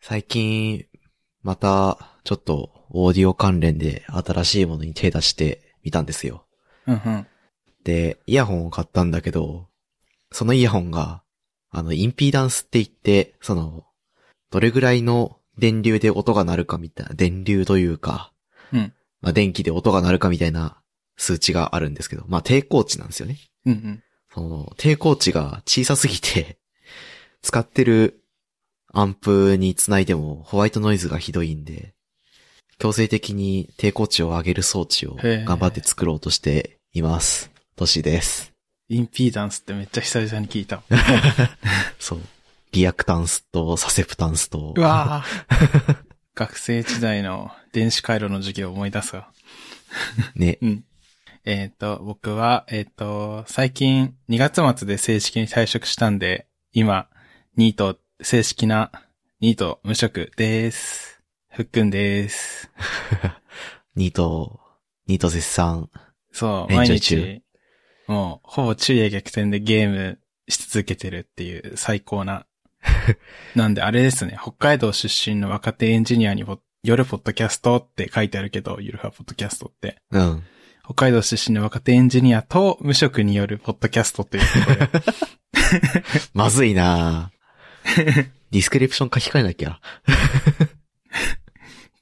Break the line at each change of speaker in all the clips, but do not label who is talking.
最近、また、ちょっと、オーディオ関連で新しいものに手出してみたんですよ。
うんうん。
で、イヤホンを買ったんだけど、そのイヤホンが、あの、インピーダンスって言って、その、どれぐらいの電流で音が鳴るかみたいな、電流というか、
うん
まあ、電気で音が鳴るかみたいな数値があるんですけど、まあ、抵抗値なんですよね。
うんうん。
その、抵抗値が小さすぎて、 使ってるアンプにつないでもホワイトノイズがひどいんで、強制的に抵抗値を上げる装置を
へー
頑張って作ろうとしています。トシです。
インピーダンスってめっちゃ久々に聞いた。
そう。リアクタンスとサセプタンスと。
うわぁ。学生時代の電子回路の授業を思い出すわ。
ね。
うん。えっ、と、僕は、えっ、と、最近2月末で正式に退職したんで、今、ニート、正式なニート無職です。ふっくんです。
ニート、ニート絶賛。
そう、
炎
毎
上中
日、もう、ほぼ昼夜逆転でゲームし続けてるっていう最高な。なんで、あれですね、北海道出身の若手エンジニアにポ夜ポッドキャストって書いてあるけど、ゆるはポッドキャストって。
うん。
北海道出身の若手エンジニアと無職によるポッドキャストということで。
まずいな ぁディスクリプション書き換えなきゃ。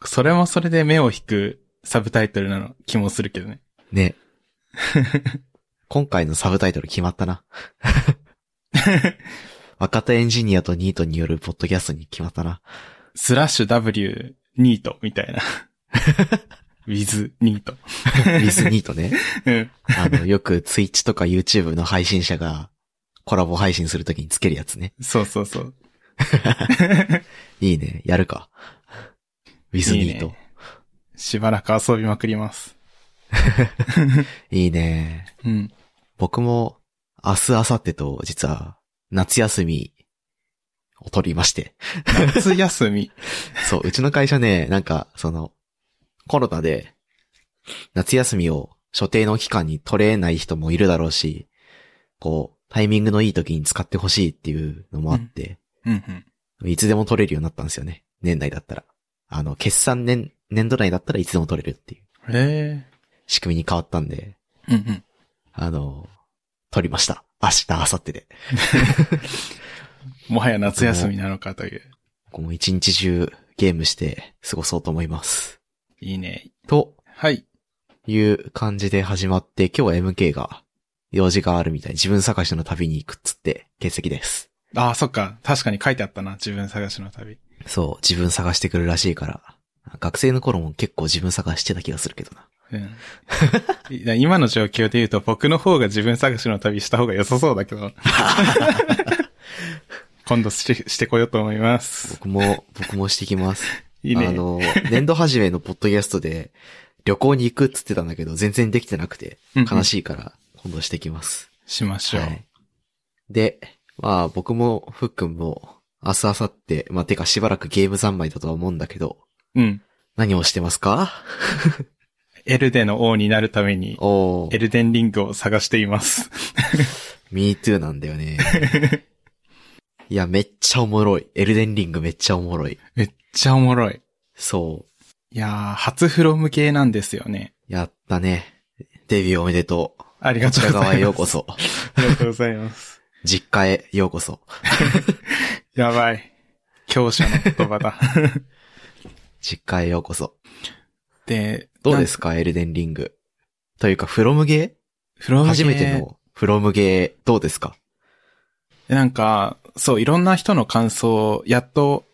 それもそれで目を引くサブタイトルなの気もするけどね。
ね。 今回のサブタイトル決まったな。若手エンジニアとニートによるポッドキャストに決まったな。
スラッシュ W ニートみたいな。with ニート。
ビスニートね。
うん
あの、よくツイッチとか YouTube の配信者がコラボ配信するときにつけるやつね。
そうそうそう。
いいね。やるか。ビスニート。
しばらく遊びまくります。
いいね。
うん。
僕も明日、明後日と実は夏休みを取りまして。
夏休み。
そう、うちの会社ね、なんか、その、コロナで、夏休みを所定の期間に取れない人もいるだろうし、こう、タイミングのいい時に使ってほしいっていうのもあって、
うんうん。
いつでも取れるようになったんですよね。年内だったら。あの、決算年、年度内だったらいつでも取れるっていう
へ
仕組みに変わったんで、
え。うんうん。
あの、取りました。明日、明後日で。
もはや夏休みなのかという。
この一日中ゲームして過ごそうと思います。
いいね。
と、
はい。
いう感じで始まって、今日は MK が用事があるみたい。自分探しの旅に行くっつって欠席です。
ああ、そっか。確かに書いてあったな。自分探しの旅。
そう、自分探してくるらしいから。学生の頃も結構自分探してた気がするけどな。
うん。いや今の状況で言うと、僕の方が自分探しの旅した方が良さそうだけ ど。今度して、してこようと思います。
僕も、僕もしてきます。
いいね。
あの、年度初めのポッドキャストで旅行に行くっつってたんだけど、全然できてなくて、
うんうん
悲しいから今度してきます。
しましょう。
はい。で、まあ僕も、ふっくんも、明日、明後日、まあてかしばらくゲーム三昧だとは思うんだけど、
うん。
何をしてますか
エルデの王になるために、
おお
エ。ルデンリングを探しています。
Me too なんだよね。 いや、めっちゃおもろい。エルデンリングめっちゃおもろい。
めっちゃおもろい。
そ
いやー、初フロム系なんですよね。
う。やったね。デビューおめでとう。
あり
こ
がと
ちら
うございま
側
す。
へようこ。 そ。
ありがとうございます。
実家へようこそ。
やばい。強者の 言葉だ。
実家へようこそ。
で、
どうですか、エルデンリング。というか、フロムゲ
なんフロ
ー
ム系
初めて。のフロムゲー、どうですか
なんか、そう、いろんな人の感想をやっと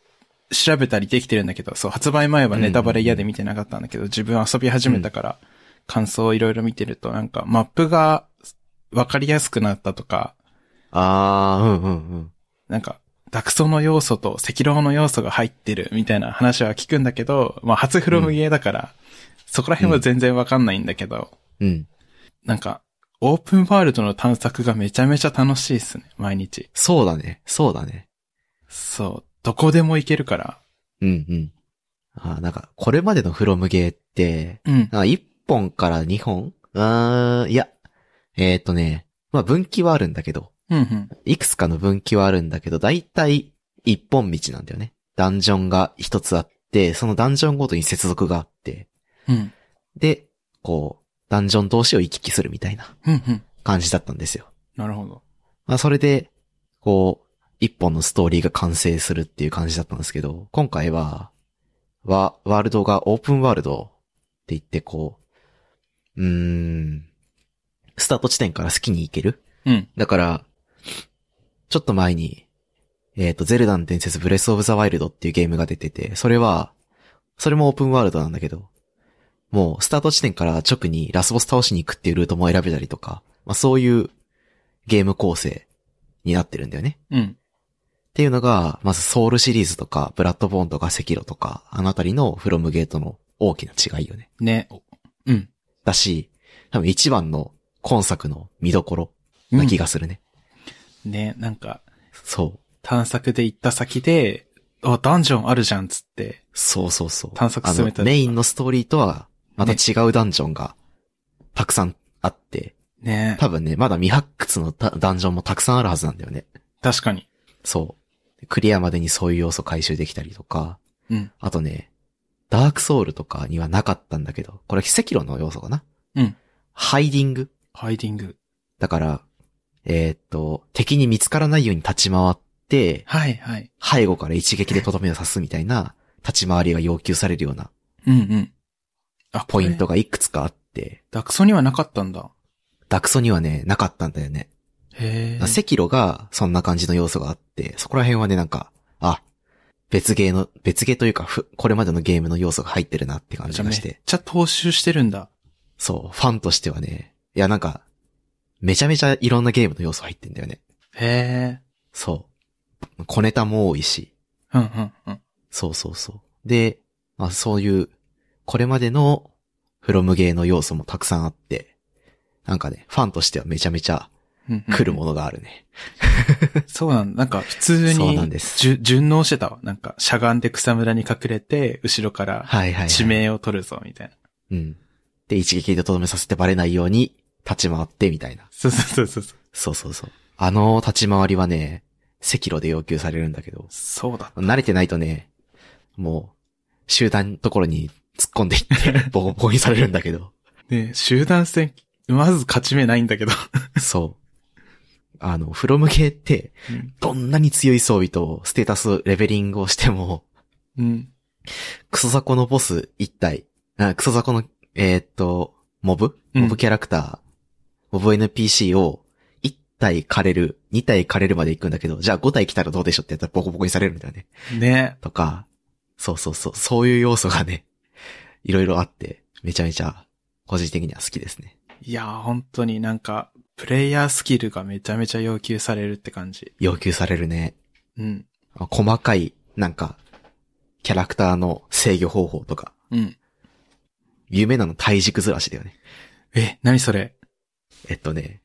調べたりできてるんだけど、そう、発売前はネタバレ嫌で見てなかったんだけど、自分遊び始めたから、感想をいろいろ見てると、なんか、マップがわかりやすくなったとか、
あー、うんうんうん。
なんか、ダクソの要素と赤狼の要素が入ってるみたいな話は聞くんだけど、まあ初フロムゲーだから、そこら辺は全然わかんないんだけど、
うん。
なんか、オープンワールドの探索がめちゃめちゃ楽しいっすね、毎日。
そうだね。そうだね。
そう、どこでも行けるから。
うんうん。あーなんか、これまでのフロムゲーって、
うん。
あ、1本から2本うーん、いや。えっ、ー、とね、まあ分岐はあるんだけど、
うんうん。
いくつかの分岐はあるんだけど、だいたい1本道なんだよね。ダンジョンが一つあって、そのダンジョンごとに接続があって、
うん。
で、こう、ダンジョン同士を行き来するみたいな
うん、うん。
感じだったんですよ。
なるほど。
まあそれで、こう、一本のストーリーが完成するっていう感じだったんですけど、今回は、ワ、ワールドがオープンワールドって言ってこう、うーん、スタート地点から好きに行ける
うん。
だから、ちょっと前に、えっ、と、ゼルダの伝説ブレスオブザワイルドっていうゲームが出てて、それは、それもオープンワールドなんだけど、もうスタート地点から直にラスボス倒しに行くっていうルートも選べたりとか、まあそういうゲーム構成になってるんだよね。
うん。
っていうのが、まずソウルシリーズとか、ブラッドボーンとか赤色とか、あのあたりのフロムゲートの大きな違いよね。
ね。うん。
だし、多分一番の今作の見どころな気がするね。
ね、なんか、
そう。
探索で行った先で、あ、ダンジョンあるじゃんっつって。
そうそうそう。
探索進めた
あのメインのストーリーとは、また違うダンジョンが、たくさんあって、
ね
多分ね、まだ未発掘のダダンジョンもたくさんあるはずなんだよね。
確かに。
そう。クリアまでにそういう要素回収できたりとか、
うん。
あとね、ダークソウルとかにはなかったんだけど、これ赤色の要素かな
うん。
ハイディング
ハイディング。
だから、えーっと、敵に見つからないように立ち回って、
はいはい。
背後から一撃でとどめを刺すみたいな立ち回りが要求されるような
うんうん。あ、
ポイント
が。
がいくつかあって、
ダクソにはなかったんだ。
ダクソにはね、なかったんだよね。
へえ。
セキロがそんな感じの要素があって、そこら辺はね、なんか、あ、別ゲーの、別ゲーというか、ふこれまでのゲームの要素が入ってるなって感
じ
じ
ゃあ
が
めっ
して、
ちゃ踏襲してるんだ。
そう、ファンとしてはね、いや、なんか、めちゃめちゃいろんなゲームの要素入ってんだよね。
へえ。
そう。小ネタも多いし、
うんうんうん。
そうそうそう。で、まあそういう、これまでのフロムゲーの要素もたくさんあって、なんかね、ファンとしてはめちゃめちゃ
うんうん
来るものがあるね。
そうなんなんか普通に、
そうなんです
じゅ順応してたわ。なんか、しゃがんで草むらに隠れて、後ろから
はいはい、はい。
地名を取るぞ、みたいな。
うん。で、一撃でとどめさせてバレないように立ち回ってみたいな。
そうそうそうそう。
そうそうそう。あの立ち回りはね、赤炉で要求されるんだけど、
そうだ。
慣れてないとね、もう、集団のところに突っ込んでいって、 ボコボコにされるんだけど、
ね集団戦、まず勝ち目ないん だけど。
そう。あの、フロム系って、
うん
どんなに強い装備とステータスレベリングをしても、
うん。
クソザコのボス一体、あクソザコの、えーっと、モブ
うん
モブキャラクター、モブ NPC を一体枯れる、二体枯れるまで行くんだけど、じゃあ五体来たらどうでしょうってやったらボコボコにされるんだよね。
ね
とか、そうそうそう、そういう要素がね、いろいろあって、めちゃめちゃ、個人的には好きですね。
いやー、本当になんか、プレイヤースキルがめちゃめちゃ要求されるって感じ。
要求されるね。
うん。
あ細かい、なんか、キャラクターの制御方法とか、
うん。
有名なの体軸ずらしだよね。
え、何それ
えっとね、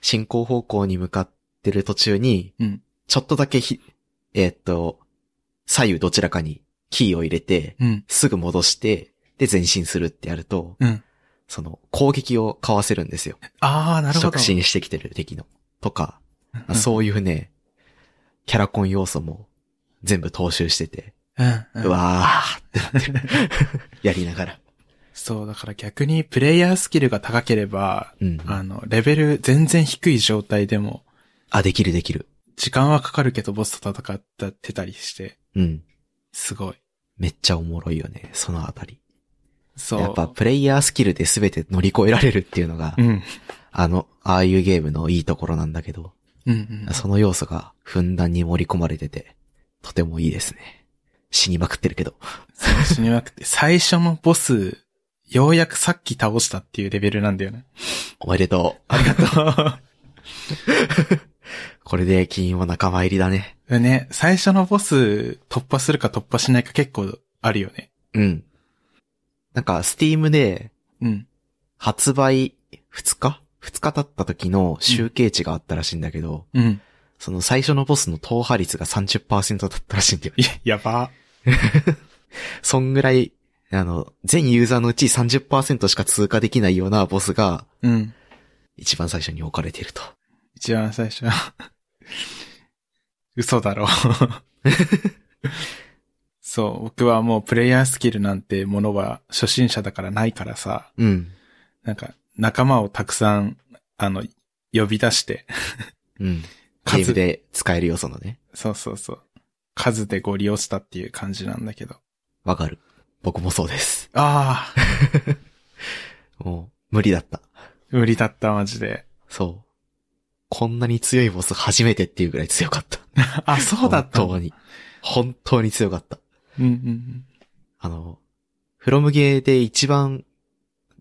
進行方向に向かってる途中に、
うん
ちょっとだけひ、えっと、左右どちらかにキーを入れて、
うん。
すぐ戻して、で前進するってやると、
うん。
その攻撃をかわせるんですよ。
あー、なるほど。
促進してきてる敵の。とか、
うん
そういうね、キャラコン要素も全部踏襲してて、
うん。
う
うん
わーってなって るやりながら。
そう、だから逆にプレイヤースキルが高ければ、
うん。
あの、レベル全然低い状態でも、
あ、できるできる。
時間はかかるけどボスと戦ってたりして、
うん。
すごい。
めっちゃおもろいよね、そのあたり。
そう。
やっぱプレイヤースキルで全て乗り越えられるっていうのが、
うん。うん
あの、ああいうゲームのいいところなんだけど、
うん。
その要素がふんだんに盛り込まれてて、とてもいいですね。死にまくってるけど。
そう死にまくって、最初のボス、ようやくさっき倒したっていうレベルなんだよね。
おめでと
ありが
う。これで金を仲間入りだね。
とう。 ね、最初のボス突破するか突破しないか結構あるよね。
うん。なんか、スティームで
うん。
発売2日 ?2 日経った時の集計値があったらしいんだけど、
うん。
その最初のボスの踏破率が30%だったらしいんだよ。
いや、やば。
そんぐらい、あの、全ユーザーのうち30%しか通過できないようなボスが
うん。
一番最初に置かれていると。
一番 最初は嘘だろ。そう、僕はもうプレイヤースキルなんてものは初心者だからないからさ、
うん。
なんか仲間をたくさん、あの、呼び出して、
うん。ゲーム
数、
で使える要素のね。
そうそうそう、数でご利用したっていう感じなんだけど。
わかる。僕もそうです。
ああ、
もう、無理だった。
無理だった、マジで。
そう。こんなに強いボス初めてっていうぐらい強かった。
あ、そうだった。
本当に。本当に強かった。
うんうんうん。
あの、フロムゲーで一番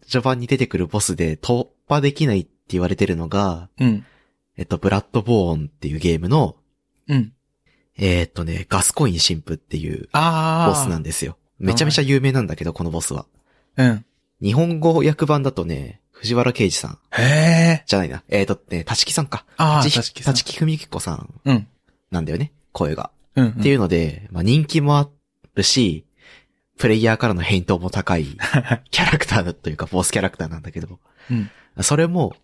序盤に出てくるボスで突破できないって言われてるのが、
うん。
えっと、ブラッドボーンっていうゲームの、
うん。
えーっとね、ガスコイン神父っていう
ああ。
ボスなんですよ。めちゃめちゃ有名なんだけど、このボスは。
うん。
日本語訳版だとね、藤原啓治さん。
へえ。
じゃないな。えーっとね、立木さんか。
ああ、
立
確かに。
立木文彦さん
うん。
なんだよね、声が。
うん。
っていううので、まあ人気もあるし、プレイヤーからの返答も高 い
ん。
キャラクターというか、ボスキャラクターなんだけど。
うん
それも、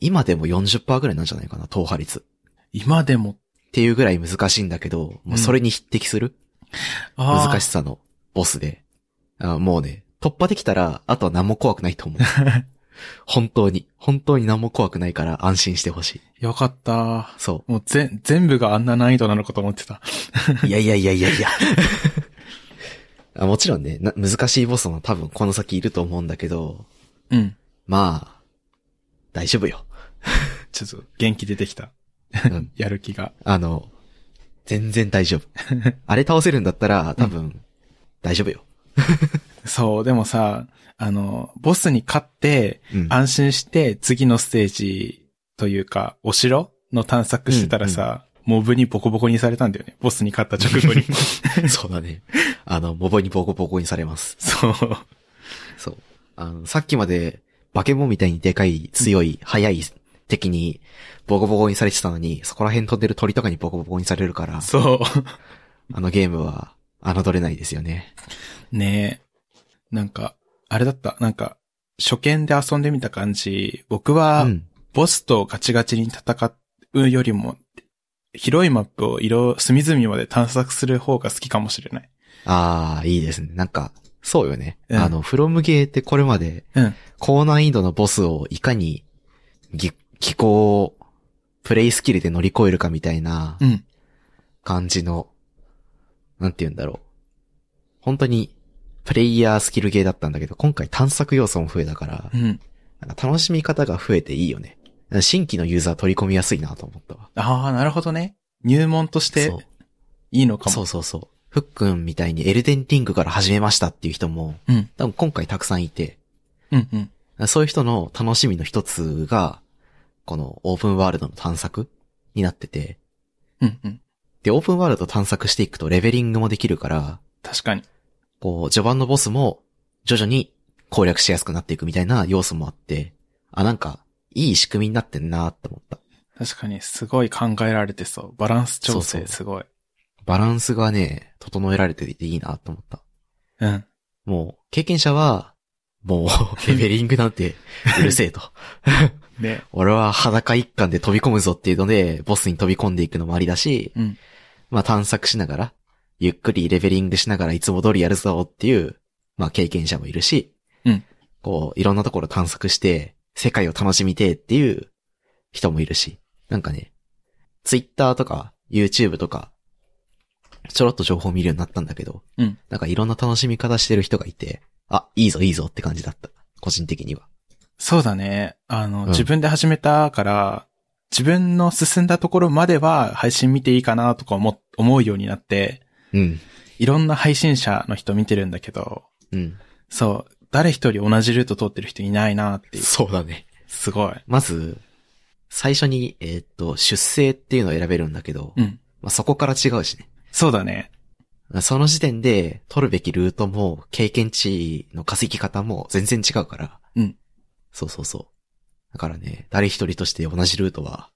今でも40%ぐらいなんじゃないかな、投破率。
今でも、
っていうぐらい難しいんだけど、もうそれに匹敵する
ああ。
難し
い。
さのボスで。あもうね、突破できたら、あとは何も怖くないと思う。本当に。本当に何も怖くないから安心してほしい。
よかった。
そ
もうぜ、全部があんな難易度なのかと思ってた。
う。いやいやいやいやいや。あもちろんねな、難しいボスも多分この先いると思うんだけど、
うん。
まあ、大丈夫よ。
ちょっと元気出てきた。
う ん
やる気が。
あの、全然大丈夫。あれ倒せるんだったら、多分、大丈夫よ。
そう、でもさ、あの、ボスに勝って、
うん。
安心して次のステージというか、お城の探索してたらさ、モブにボコボコにされたんだよね。ボスに勝った直 後に。
そうだね。あの、モボにボコボコにされます。
そう。
そう。あの、さっきまで、バケモンみたいにでかい、強い、速い敵に、ボコボコにされてたのに、そこら辺飛んでる鳥とかにボコボコにされるから、
そう。
あのゲームは、侮れないですよね。
ねえ。なんか、あれだった。なんか、初見で遊んでみた感じ、僕は
う、ん。
ボスとガチガチに戦うよりも、広いマップを色、隅々まで探索する方が好きかもしれない。
ああ、いいですね。なんか、そうよね。
うん
あの、フロムゲーってこれまで、
うん
高難易度のボスをいかに、ぎ技巧を、プレイスキルで乗り越えるかみたいな
うん。
感じの、なんて言うんだろう。本当に、プレイヤースキルゲーだったんだけど、今回探索要素も増えたから
う、ん。
なんか楽しみ方が増えていいよね。新規のユーザー取り込みやすいなと思ったわ。
ああ、なるほどね。入門として
そう
いいのかも。
そうそうそう。ふっくんみたいにエルデンリングから始めましたっていう人も、
うん。
多分今回たくさんいて、
うんうん。
そういう人の楽しみの一つが、このオープンワールドの探索になってて、
うんうん。
で、オープンワールド探索していくとレベリングもできるから、
確かに。
こう、序盤のボスも徐々に攻略しやすくなっていくみたいな要素もあって、あ、なんか、いい仕組みになってんなって思った。
確かに、すごい考えられてそう。バランス調
そうそ
整
う
すごい。
バランスがね、整えられていていいなって思った。
うん。
もう、経験者は、もう、レベリングなんて、うるせえと。
で、
俺は裸一貫で飛び込むぞっていうので、ボスに飛び込んでいくのもありだし、
うん
まあ探索しながら、ゆっくりレベリングしながらいつも通りやるぞっていう、まあ経験者もいるし、
うん
こう、いろんなところ探索して、世界を楽しみてえっていう人もいるし、なんかね、ツイッターとか YouTube とか、ちょろっと情報見るようになったんだけど、
うん
なんかいろんな楽しみ方してる人がいて、あ、いいぞいいぞって感じだった。個人的には。
そうだね。あの、
うん
自分で始めたから、自分の進んだところまでは配信見ていいかなとか思、思うようになって、
うん。
いろんな配信者の人見てるんだけど、
うん。
そう、誰一人同じルート通ってる人いないなっていう。
そうだね。
すごい。
まず、最初に、えーっと、出生っていうのを選べるんだけど、
うん。
まあ、そこから違うしね。
そうだね。
その時点で、取るべきルートも、経験値の稼ぎ方も全然違うから。
うん。
そうそうそう。だからね、誰一人として同じルートは、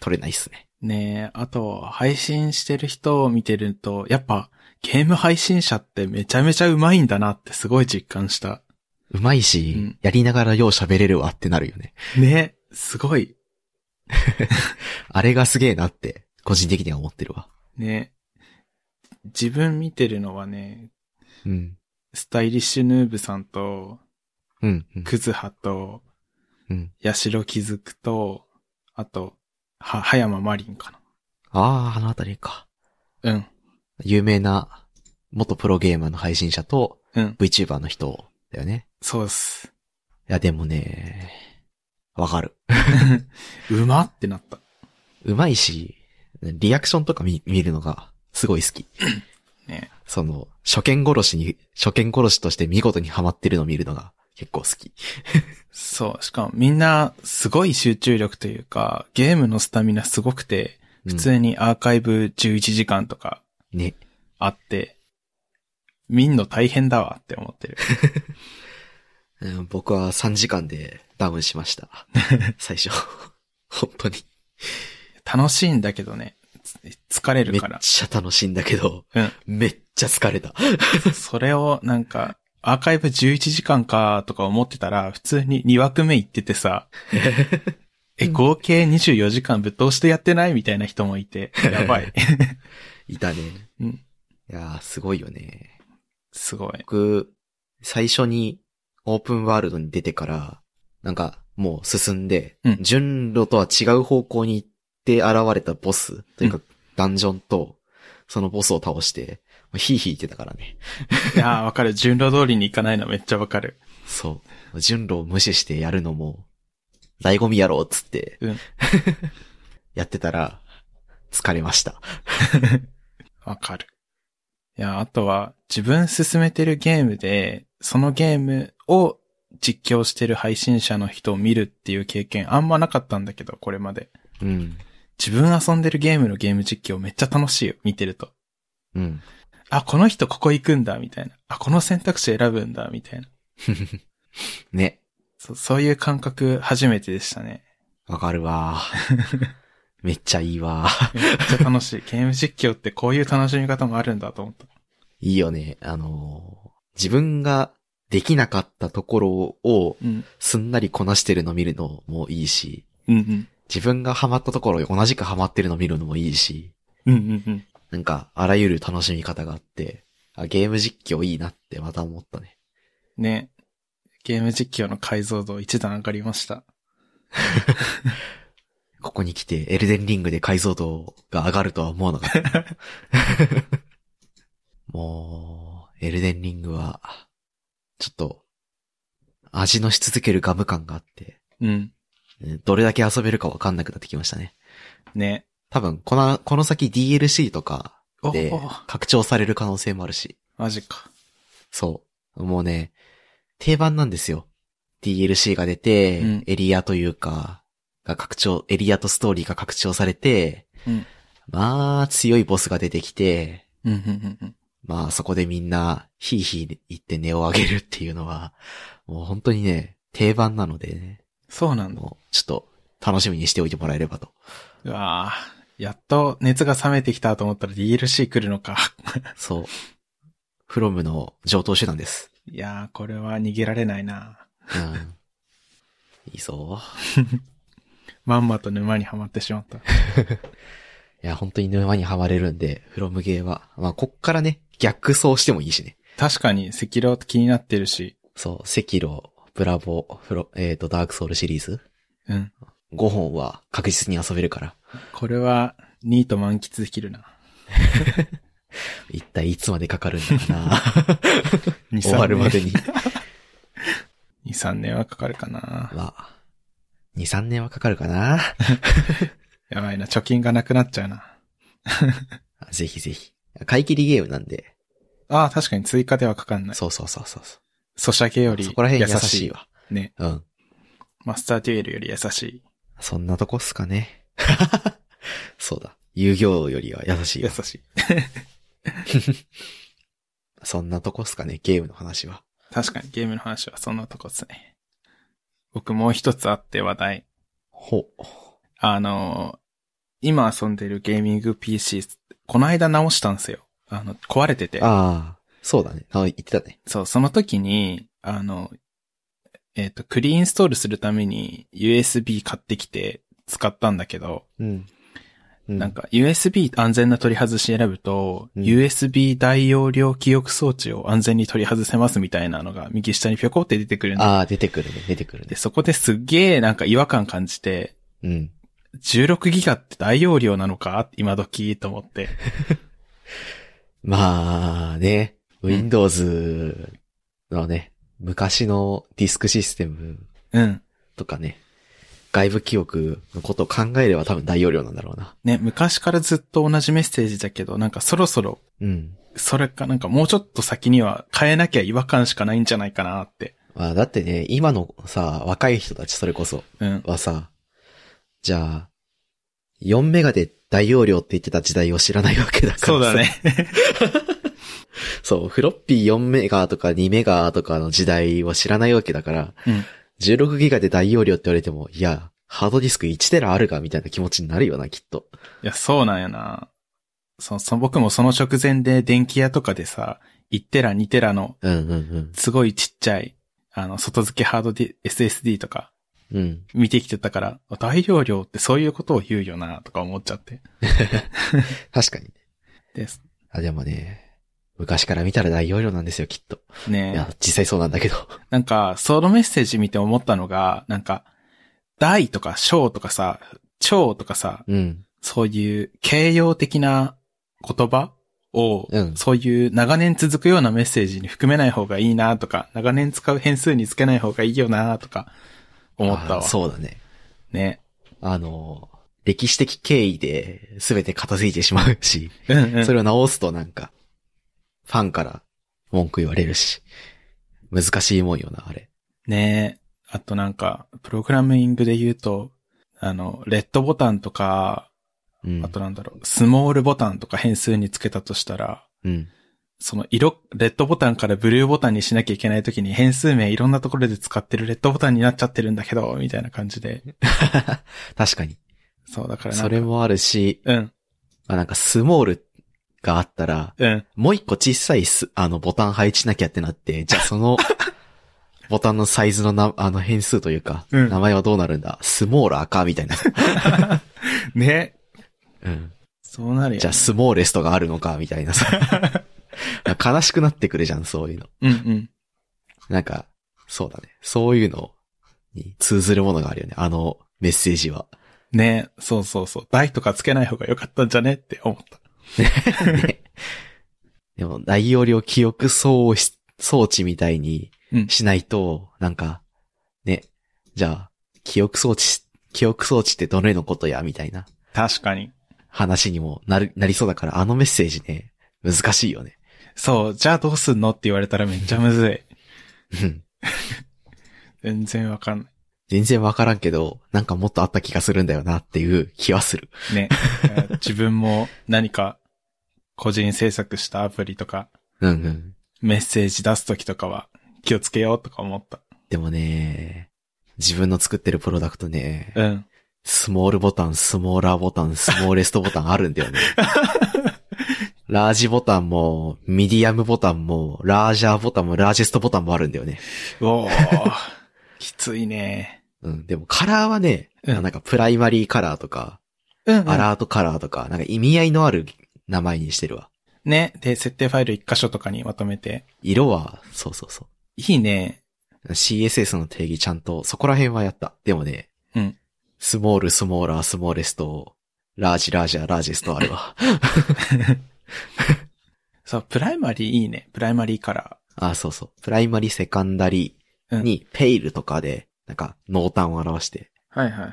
取れないっすね。
ねえ、あと、配信してる人を見てると、やっぱ、ゲーム配信者ってめちゃめちゃうまいんだなってすごい実感した。
うまいし、
うん
やりながらよう喋れるわってなるよね。
ねえ、すごい。
あれがすげえなって、個人的には思ってるわ。
ねえ。自分見てるのはね、
うん。
スタイリッシュヌーブさんと、
うん。うん
クズハと、
うん。
ヤシロキズクと、あと、は、葉山マリンか
ああ、あのあたりか。
な。うん。
有名な、元プロゲーマーの配信者と
うん。
VTuber の人だよね。
そうっす。
いや、でもね、わかる。
うまってなった。
うまいし、リアクションとか見見るのがすごい好き。
ね。
その、初見殺しに、初見殺しとして見事にハマってるのを見るのが結構好き。
そう。しかもみんな、すごい集中力というか、ゲームのスタミナすごくて、
うん
普通にアーカイブ11時間とか
ね。
あって、見んの大変だわって思ってる。
うん僕は3時間でダウンしま した。最初。本当に。
楽しいんだけどね、つ疲れ
め
る
っ
から。
ちゃ楽しいんだけど、
うん
めっちゃ疲れた。
それをなんか、アーカイブ11時間かとか思ってたら、普通に2枠目行って てさ、え、合計24時間ぶっ通してやってないみたいな人もいて、や ばい。
いたね。
うん
いやー、すごいよね。
すごい。
僕、最初にオープンワールドに出てから、なんかもう進んで、
うん
順路とは違う方向に行って現れたボス、というかダンジョンと、そのボスを倒して、もうヒーヒー言ってたからね。
いやーわかる。順路通りに行かないのめっちゃわかる。
そう。順路を無視してやるのも、醍醐味やろうっつって、
うん
やってたら、疲れました。
わかる。いやーあとは、自分進めてるゲームで、そのゲームを実況してる配信者の人を見るっていう経験あんまなかったんだけど、これまで。
うん。
自分遊んでるゲームのゲーム実況めっちゃ楽しいよ、見てると。
うん。
あ、この人ここ行くんだ、みたいな。あ、この選択肢選ぶんだ、みたいな。
ね。
そそういう感覚初めてでしたね。
わかるわ。 めっちゃいいわ。
めっちゃ楽しい。ゲーム実況ってこういう楽しみ方もあるんだと思った。
いいよね。あのー自分ができなかったところを
うん。
すんなりこなしてるの見るのもいいし、
うんうん。
自分がハマったところ同じくハマってるの見るのもいいし、
うんうんうん。
なんかあらゆる楽しみ方があって、あゲーム実況いいなってまた思ったね。
ね。ゲーム実況の解像度一段上がりました。
ここに来てエルデンリングで解像度が上がるとは思わなかった。 もう、エルデンリングは、ちょっと、味のし続けるガム感があって、
うん。
うんどれだけ遊べるかわかんなくなってきましたね。
ね。
多分、この、この先 DLC とか
お
で
お
拡張される可能性もあるし、
マジか。
そう。もうね、定番なんですよ。DLC が出て、
うん
エリアというか、が拡張、エリアとストーリーが拡張されて、
うん
まあ、強いボスが出てきて、
うんうんうんうん。
まあ、そこでみんな、ヒーヒー言って音を上げるっていうのは、もう本当にね、定番なのでね、
そうなんだ。
もう、ちょっと、楽しみにしておいてもらえればと。
うわぁ。やっと熱が冷めてきたと思ったら DLC 来るのか。
そう。フロムの上等手段です。
いやーこれは逃げられないな
うん。いいぞ。
まんまと沼にはまってしまった。
いや、本当に沼にはまれるんで、フロムゲーは。まあ、こっからね、逆走してもいいしね。
確かに赤狼って気になってるし。
そう、赤炉、ブラボー、フロ、えっ、と、ダークソウルシリーズ。
うん。
5本は確実に遊べるから。
これは、ニート満喫できるな。
一体いつまでかかるんだか な。
2
終わるまでに。
2、3年はかかるかな。
まあ、2、3年はかかるかな。
やばいな、貯金がなくなっちゃうな。
ぜひぜひ。買い切りゲームなんで。
ああ、確かに追加ではかかんない。
そうそうそうそうそう。
ソシャゲより
そこら辺
優
優
し
しい
い。
わ。
ね。
うん。
マスターデュエルより優しい。
そんなとこっすかね。 そうだ。遊戯王よりは優しい
優
わ。
しい。
そんなとこっすかね、ゲームの話は。
確かにゲームの話はそんなとこですね。僕もう一つあって話題。
ほう。
あの、今遊んでるゲーミング PC、この間直したんですよ。あの、壊れてて。
ああ、そうだね。あ言ってたね。
そう、その時に、あの、えっ、と、クリインストールするために USB 買ってきて使ったんだけど、
うん。うん
なんか USB 安全な取り外し選ぶと、
うん
USB 大容量記憶装置を安全に取り外せますみたいなのが右下にぴょこって出てくるんで
ああ、出てくるね、出てくるね。
で、そこですっげえなんか違和感感じて、
うん。
16ギガって大容量なのか今時と思って。
まあね、
ん
Windows のね、昔のディスクシステム
うん。
とかね、外部記憶のことを考えれば多分大容量なんだろうな。
ね、昔からずっと同じメッセージだけど、なんかそろそろ、
うん。
それかなんかもうちょっと先には変えなきゃ違和感しかないんじゃないかなって。
まあだってね、今のさ、若い人たちそれこそ
うん。
はさ、じゃあ、4メガで大容量って言ってた時代を知らないわけだからさ
そうだ。ね。
そう、フロッピー4メガとか2メガとかの時代を知らないわけだから、
うん。
16ギガで大容量って言われても、いや、ハードディスク1テラあるかみたいな気持ちになるよな、きっと。
いや、そうなんやな。そ、そ、僕もその直前で電気屋とかでさ、1テラ2テラの
うんうんうん。
すごいちっちゃい、あの、外付けハードディ SSD とか
うん。
見てきてたから、大容量ってそういうことを言うよな、とか思っちゃって。
確かに。
です。
あ、でもね、昔から見たら大容量なんですよ、きっと。い
ね
や、実際そうなんだけど。
なんか、そのメッセージ見て思ったのが、なんか、大とか小とかさ、超とかさ、
うん。
そういう形容的な言葉を、
うん
そういう長年続くようなメッセージに含めない方がいいなとか、長年使う変数につけない方がいいよなとか、思った
あ
わ。
そうだね。
ね。
あの、歴史的経緯で全て片付いてしまうし、
うんうん。
それを直すとなんか、ファンから文句言われるし、難しいもんよな、あれ。
ねあとなんか、プログラミングで言うと、あの、レッドボタンとか、
うん。
あとなんだろう、スモールボタンとか変数につけたとしたら、
うん。
その色、レッドボタンからブルーボタンにしなきゃいけないときに変数名いろんなところで使ってるレッドボタンになっちゃってるんだけど、みたいな感じで。
確かに。
そう、だからなんか
それ。もあるし、
うん、
あなんかスモールがあったら、
うん。
もう一個小さいす、あの、ボタン配置しなきゃってなって、 じゃあその、ボタンのサイズのな、あの変数というか、
うん
名前はどうなるんだスモーラーかみ たいな。
ね。
うん。
そうなるよ。
じゃあスモーレストがあるのかみたいなさ。 悲しくなってくるじゃん、そういうの。
うんうん。
なんか、そうだね。そういうのに通ずるものがあるよね。あのメッセージ は。
ね。そうそうそう。台とかつけない方が良かったんじゃねって思った。
ねでも、大容量記憶装置装置みたいに
うん
しないと、なんか、ね、じゃあ、記憶装置、記憶装置ってどれのことや、みたいな
確かに。
話にもなる、なりそうだから、あのメッセージね、難しいよね。
そう、じゃあどうすんのって言われたらめっちゃむずい。
うん
全然わかんな
全然わからんけど、なんかもっとあった気がするんだよなっていう気はする。
い。 ね。自分も何か個人制作したアプリとか
うんうん。
メッセージ出すときとかは気をつけようとか思った。
でもね、自分の作ってるプロダクトね、
うん。
スモールボタン、スモーラーボタン、スモーレストボタンあるんだ よね。ラージボタンも、ミディアムボタンも、ラージャーボタンも、ラージェストボタンもあるんだよね。
おおきついね。
うん。でもカラーはね、
うん
なんかプライマリーカラーとか、
うん、
アラートカラーとか、なんか意味合いのある名前にしてるわ。
ね。で、設定ファイル一箇所とかにまとめて。
色は、そうそうそ
いいね。
う。CSS の定義ちゃんと、そこら辺はやった。でもね、
うん
スモール、スモーラー、スモーレスト、ラージ、ラージャー、ラージェストあるわ。
そう、プライマリーいいね。プライマリーカラ
あ、そうそう。プライマリ、セカンダリーに、ペイルとかで、なんか、濃淡を表して、
ー。はいはいはい。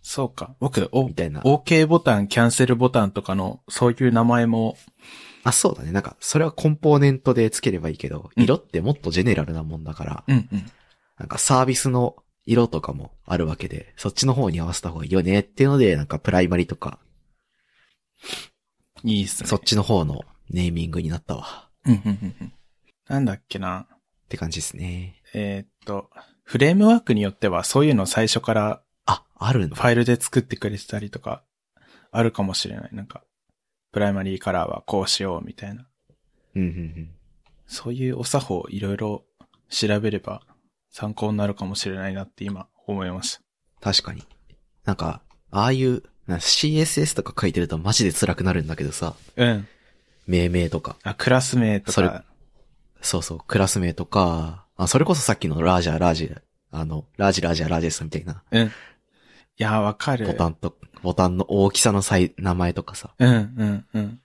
そうか。僕、お
み、たいな。
OK ボタン、キャンセルボタンとかの、そういう名前も、
あ、そうだね。なんか、それはコンポーネントでつければいいけど、
うん
色ってもっとジェネラルなもんだから、
うんうん。
なんかサービスの色とかもあるわけで、そっちの方に合わせた方がいいよねっていうので、なんかプライマリとか、
いいっすね。
そっちの方のネーミングになったわ。
うんうんうんうん。なんだっけな。
って感じですね。
えーっと、フレームワークによっては、そういうの最初から
あ、あるんだ。
ファイルで作ってくれてたりとか、あるかもしれない。なんか、プライマリーカラーはこうしようみたいな。
うんうんうん。
そういうお作法いろいろ調べれば参考になるかもしれないなって今思いまし
確かに。なんか、ああいうな CSS とか書いてるとマジで辛くなるんだけどさ、
うん。
命名とか。
あ、クラス名と
それ
か。
そうそう、クラス名とか、あ、それこそさっきのラージャーラージャー、あの、ラージラージャーラージェスみたいな、
うん。いや、わかる。
ボタンと、ボタンの大きさのサイ名前とかさ、
うん、うん、うん。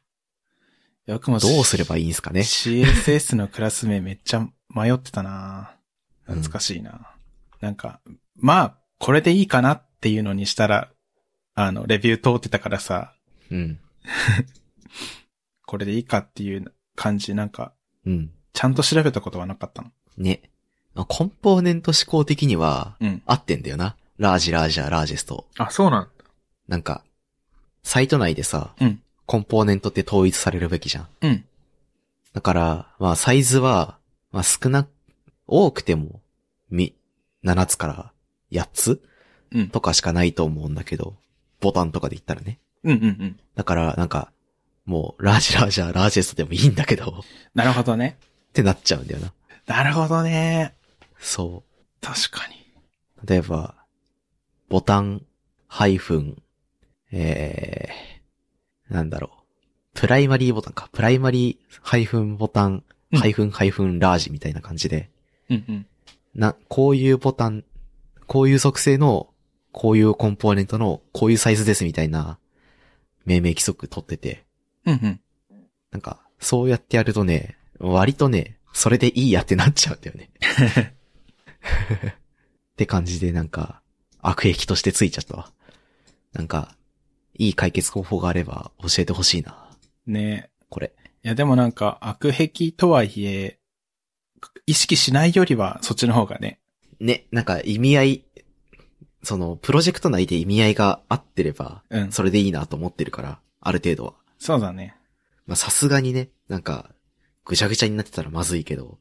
よくも
どうすればいいんすかね。
CSS のクラス名めっちゃ迷ってたな懐かしいな、なんか、まあ、これでいいかなっていうのにしたら、あの、レビュー通ってたからさ、
うん。
これでいいかっていう感じ、なんか、
うん。
ちゃんと調べたことはなかったの。
ね。あコンポーネント思考的には、
うん。
合ってんだよな。ラージラージャーラージェスと。
あ、そうなん
なんか、サイト内でさ、
うん
コンポーネントって統一されるべきじゃん。
うん。
だから、まあサイズは、まあ少な、多くても、み、7つから8つ
うん。
とかしかないと思うんだけど、ボタンとかで言ったらね。
うんうんうん。
だから、なんか、もう、ラージラージャーラージェストでもいいんだけど、っ
なるほどね。
てなっちゃうんだよな。
なるほどね。
そ
確かに。
う。例えば、ボタン、ハイフン、えー、なんだろう。プライマリーボタンか。プライマリー、ハイフンボタン、
うん
ハイフン、ハイフン、ラージみたいな感じで、
うんうん。
な、こういうボタン、こういう属性の、こういうコンポーネントの、こういうサイズですみたいな、命名規則取ってて、
うんうん。
なんか、そうやってやるとね、割とね、それでいいやってなっちゃうんだよね。って感じでなんか、悪役としてついちゃったわ。なんか、いい解決方法があれば教えてほしいな。
ね
これ。
いや、でもなんか、悪癖とはいえ、意識しないよりは、そっちの方がね。
ね、なんか意味合い、その、プロジェクト内で意味合いが合ってれば、
うん。そ
それでいいなと思ってるから、ある程度は。
うだね。
まあさすがにね、なんか、ぐちゃぐちゃになってたらまずいけど、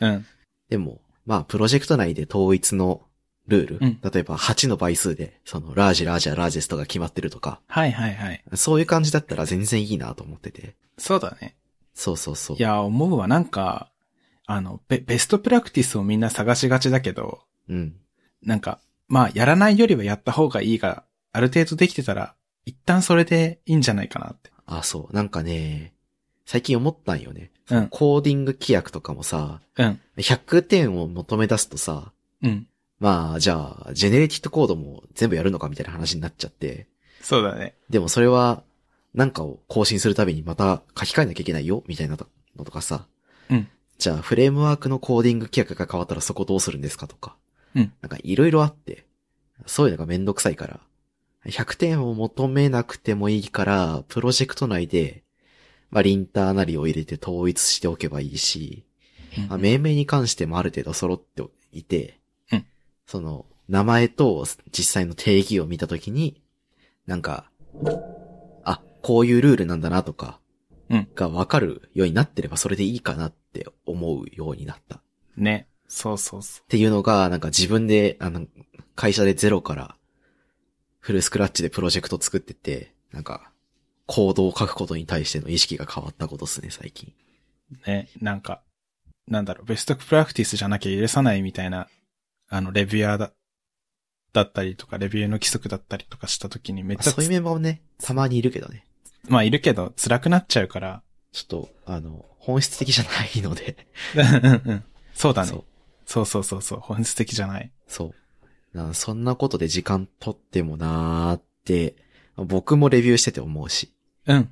うん。
でも、まあ、プロジェクト内で統一のルール。
うん
例えば、8の倍数で、その、ラージ、ラージャー、ラージェストが決まってるとか、
はいはいはい。
そういう感じだったら全然いいなと思ってて。
そうだね。
そうそうそう。
い、や、思うわ。なんか、あの、ベ、ベストプラクティスをみんな探しがちだけど、
うん。
なんか、まあ、やらないよりはやった方がいいが、ある程度できてたら、一旦それでいいんじゃないかなって。
あ、そう。なんかね、最近思ったんよね。
うん。
コーディング規約とかもさ、
うん。
100点を求め出すとさ、
うん。
まあ、じゃあ、ジェネレティッドコードも全部やるのかみたいな話になっちゃって、
そうだね。
でもそれは、なんかを更新するたびにまた書き換えなきゃいけないよ、みたいなのとかさ。
うん
じゃあ、フレームワークのコーディング規約が変わったらそこどうするんですかとか。
うん
なんかいろいろあって、そういうのがめんどくさいから、100点を求めなくてもいいから、プロジェクト内で、まあ、リンターなりを入れて統一しておけばいいし、まあ、命名に関してもある程度揃っていて、
うん
その、名前と実際の定義を見たときに、なんか、あ、こういうルールなんだなとか、
うん
がわかるようになってればそれでいいかなって思うようになった。っ
ね。そうそうそ
ていうのが、なんか自分で、あの、会社でゼロから、フルスクラッチでプロジェクト作ってて、なんか、行動を書くことに対しての意識が変わったことですね、最近。
う。ね。なんか、なんだろう、ベストプラクティスじゃなきゃ許さないみたいな、あの、レビュアーだ、だったりとか、レビューの規則だったりとかしたときにめっちゃ
そういうメンバーもね、たまにいるけどね。
まあいるけど、辛くなっちゃうから。
ちょっと、あの、本質的じゃないので。
そうだね
そ。う。
そうそうそうそう。本質的じゃない。
そう。なそんなことで時間取ってもなーって、僕もレビューしてて思うし。
うん。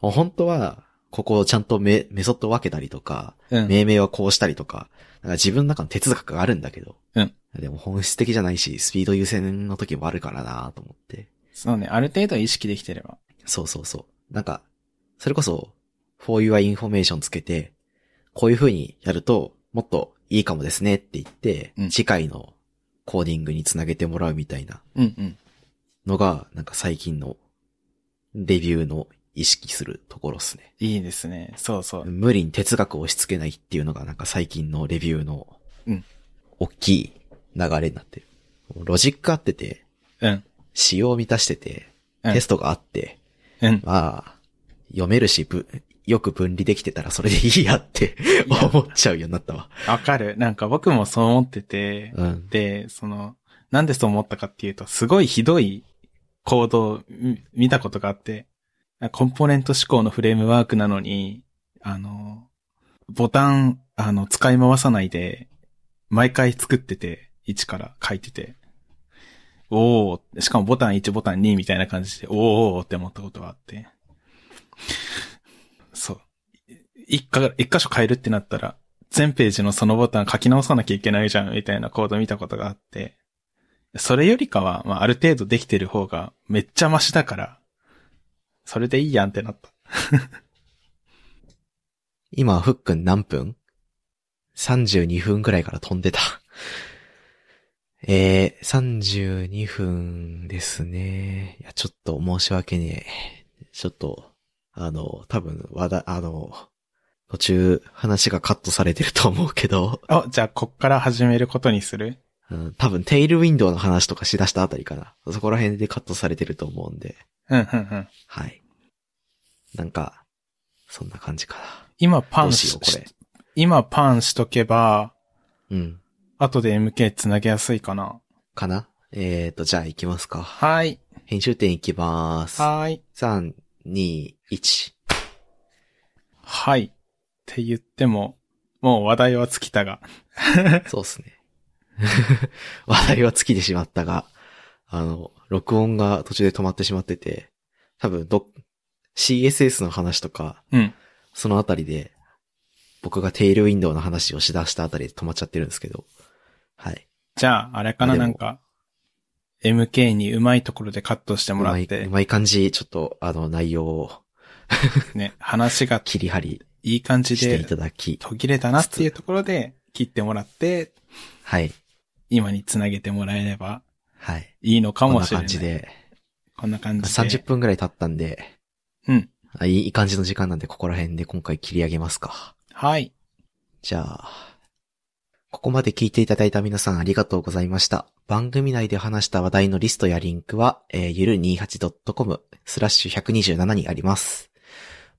もう本当は、ここをちゃんとメメソッド分けたりとか、
うん。
命名はこうしたりとか、なんか自分の中の哲学があるんだけど。
うん
でも本質的じゃないし、スピード優先の時もあるからなーと思って。
そうね。ある程度意識できてれば。
そうそうそう。なんか、それこそ、for your information つけて、こういう風にやると、もっといいかもですねって言って、
うん
次回のコーディングにつなげてもらうみたいな
うんうん。
のが、なんか最近のレビューの意識するところですね。
いいですね。そうそう。
無理に哲学を押し付けないっていうのが、なんか最近のレビューの
うん、
大きい流れになってる。ロジックあってて、
うん。
仕様を満たしてて、
うん
テストがあって、
うん。
まあ、読めるし、ぶ、よく分離できてたらそれでいいやって思っちゃうようになったわ。
わかる。なんか僕もそう思ってて。
うん。
で、その、なんでそう思ったかっていうと、すごいひどいコードをみ見たことがあって、コンポーネント思考のフレームワークなのに、あの、ボタン、あの、使い回さないで、毎回作ってて、一から書いてて、おー、しかもボタン1、ボタン2みたいな感じで、おーおーって思ったことがあって。そう。一か、一箇所変えるってなったら、全ページのそのボタン書き直さなきゃいけないじゃん、みたいなコード見たことがあって、それよりかは、まあ、ある程度できてる方がめっちゃマシだから、それでいいやんってなった。
今、ふっくん何分 ?32 分くらいから飛んでた。 えー、32分ですね。いや、ちょっと申し訳ねえ。ちょっと、あの、多分、わだ、あの、途中話がカットされてると思うけど、
あ、じゃあ、こっから始めることにする
うん、多分テイルウィンドウの話とかしだしたあたりかな。そこら辺でカットされてると思うんで、
うん、うん、うん。
はい。なんか、そんな感じか
今
な。
パ
どう
ン
し
し
よう、これ。
今パンしとけば、
うん。
後で MK つなげやすいかな。
かなえーと、じゃあ行きますか。
はい。
編集点いきまーす。
はい。
3、2、1。
はい。って言っても、もう話題は尽きたが。
そうっすね。 話題は尽きてしまったが、あの、録音が途中で止まってしまってて、多分ど、CSS の話とか、
うん。
そのあたりで、僕がテイルウィンドウの話をしだしたあたりで止まっちゃってるんですけど、はい。
じゃあ、あれかな、
あで
な
も
んか、MK にうまいところでカットして
う
もら
ま
っ
い、
て
う、まい感じ、ちょっと、あの、内容を
ね、話が
切り張り
いい感じ
して
で
いただき、
途切れたなっていうところで切ってもらって、
はい。
今につなげてもらえれば
はい。
いいのか
こん
も
な
しれな
感
い。
じで、
こんな感じで。
30分くらい経ったんで、
うん。
あいいいい感じの時間なんで、ここら辺で今回切り上げますか。
はい。
じゃあ、ここまで聞いていただいた皆さんありがとうございました。番組内で話した話題のリストやリンクは、えーゆる 28.com スラッシュ127にあります。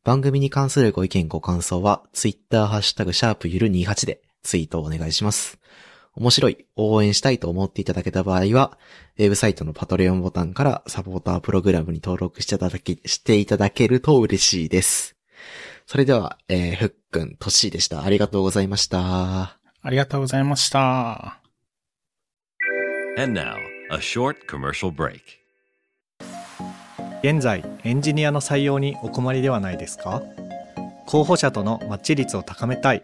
番組に関するご意見ご感想は、ツイッターハッシュタグシャープゆる28でツイートをお願いします。面白い、応援したいと思っていただけた場合は、ウェブサイトのパトレオンボタンからサポータープログラムに登録していただき、していただけると嬉しいです。それでは、えー、ふっくん、とっしーでした。ありがとうございました。
ありがとうございました。
And now, a short commercial break.
現在エンジニアの採用にお困りではないですか候補者とのマッチ率を高めたい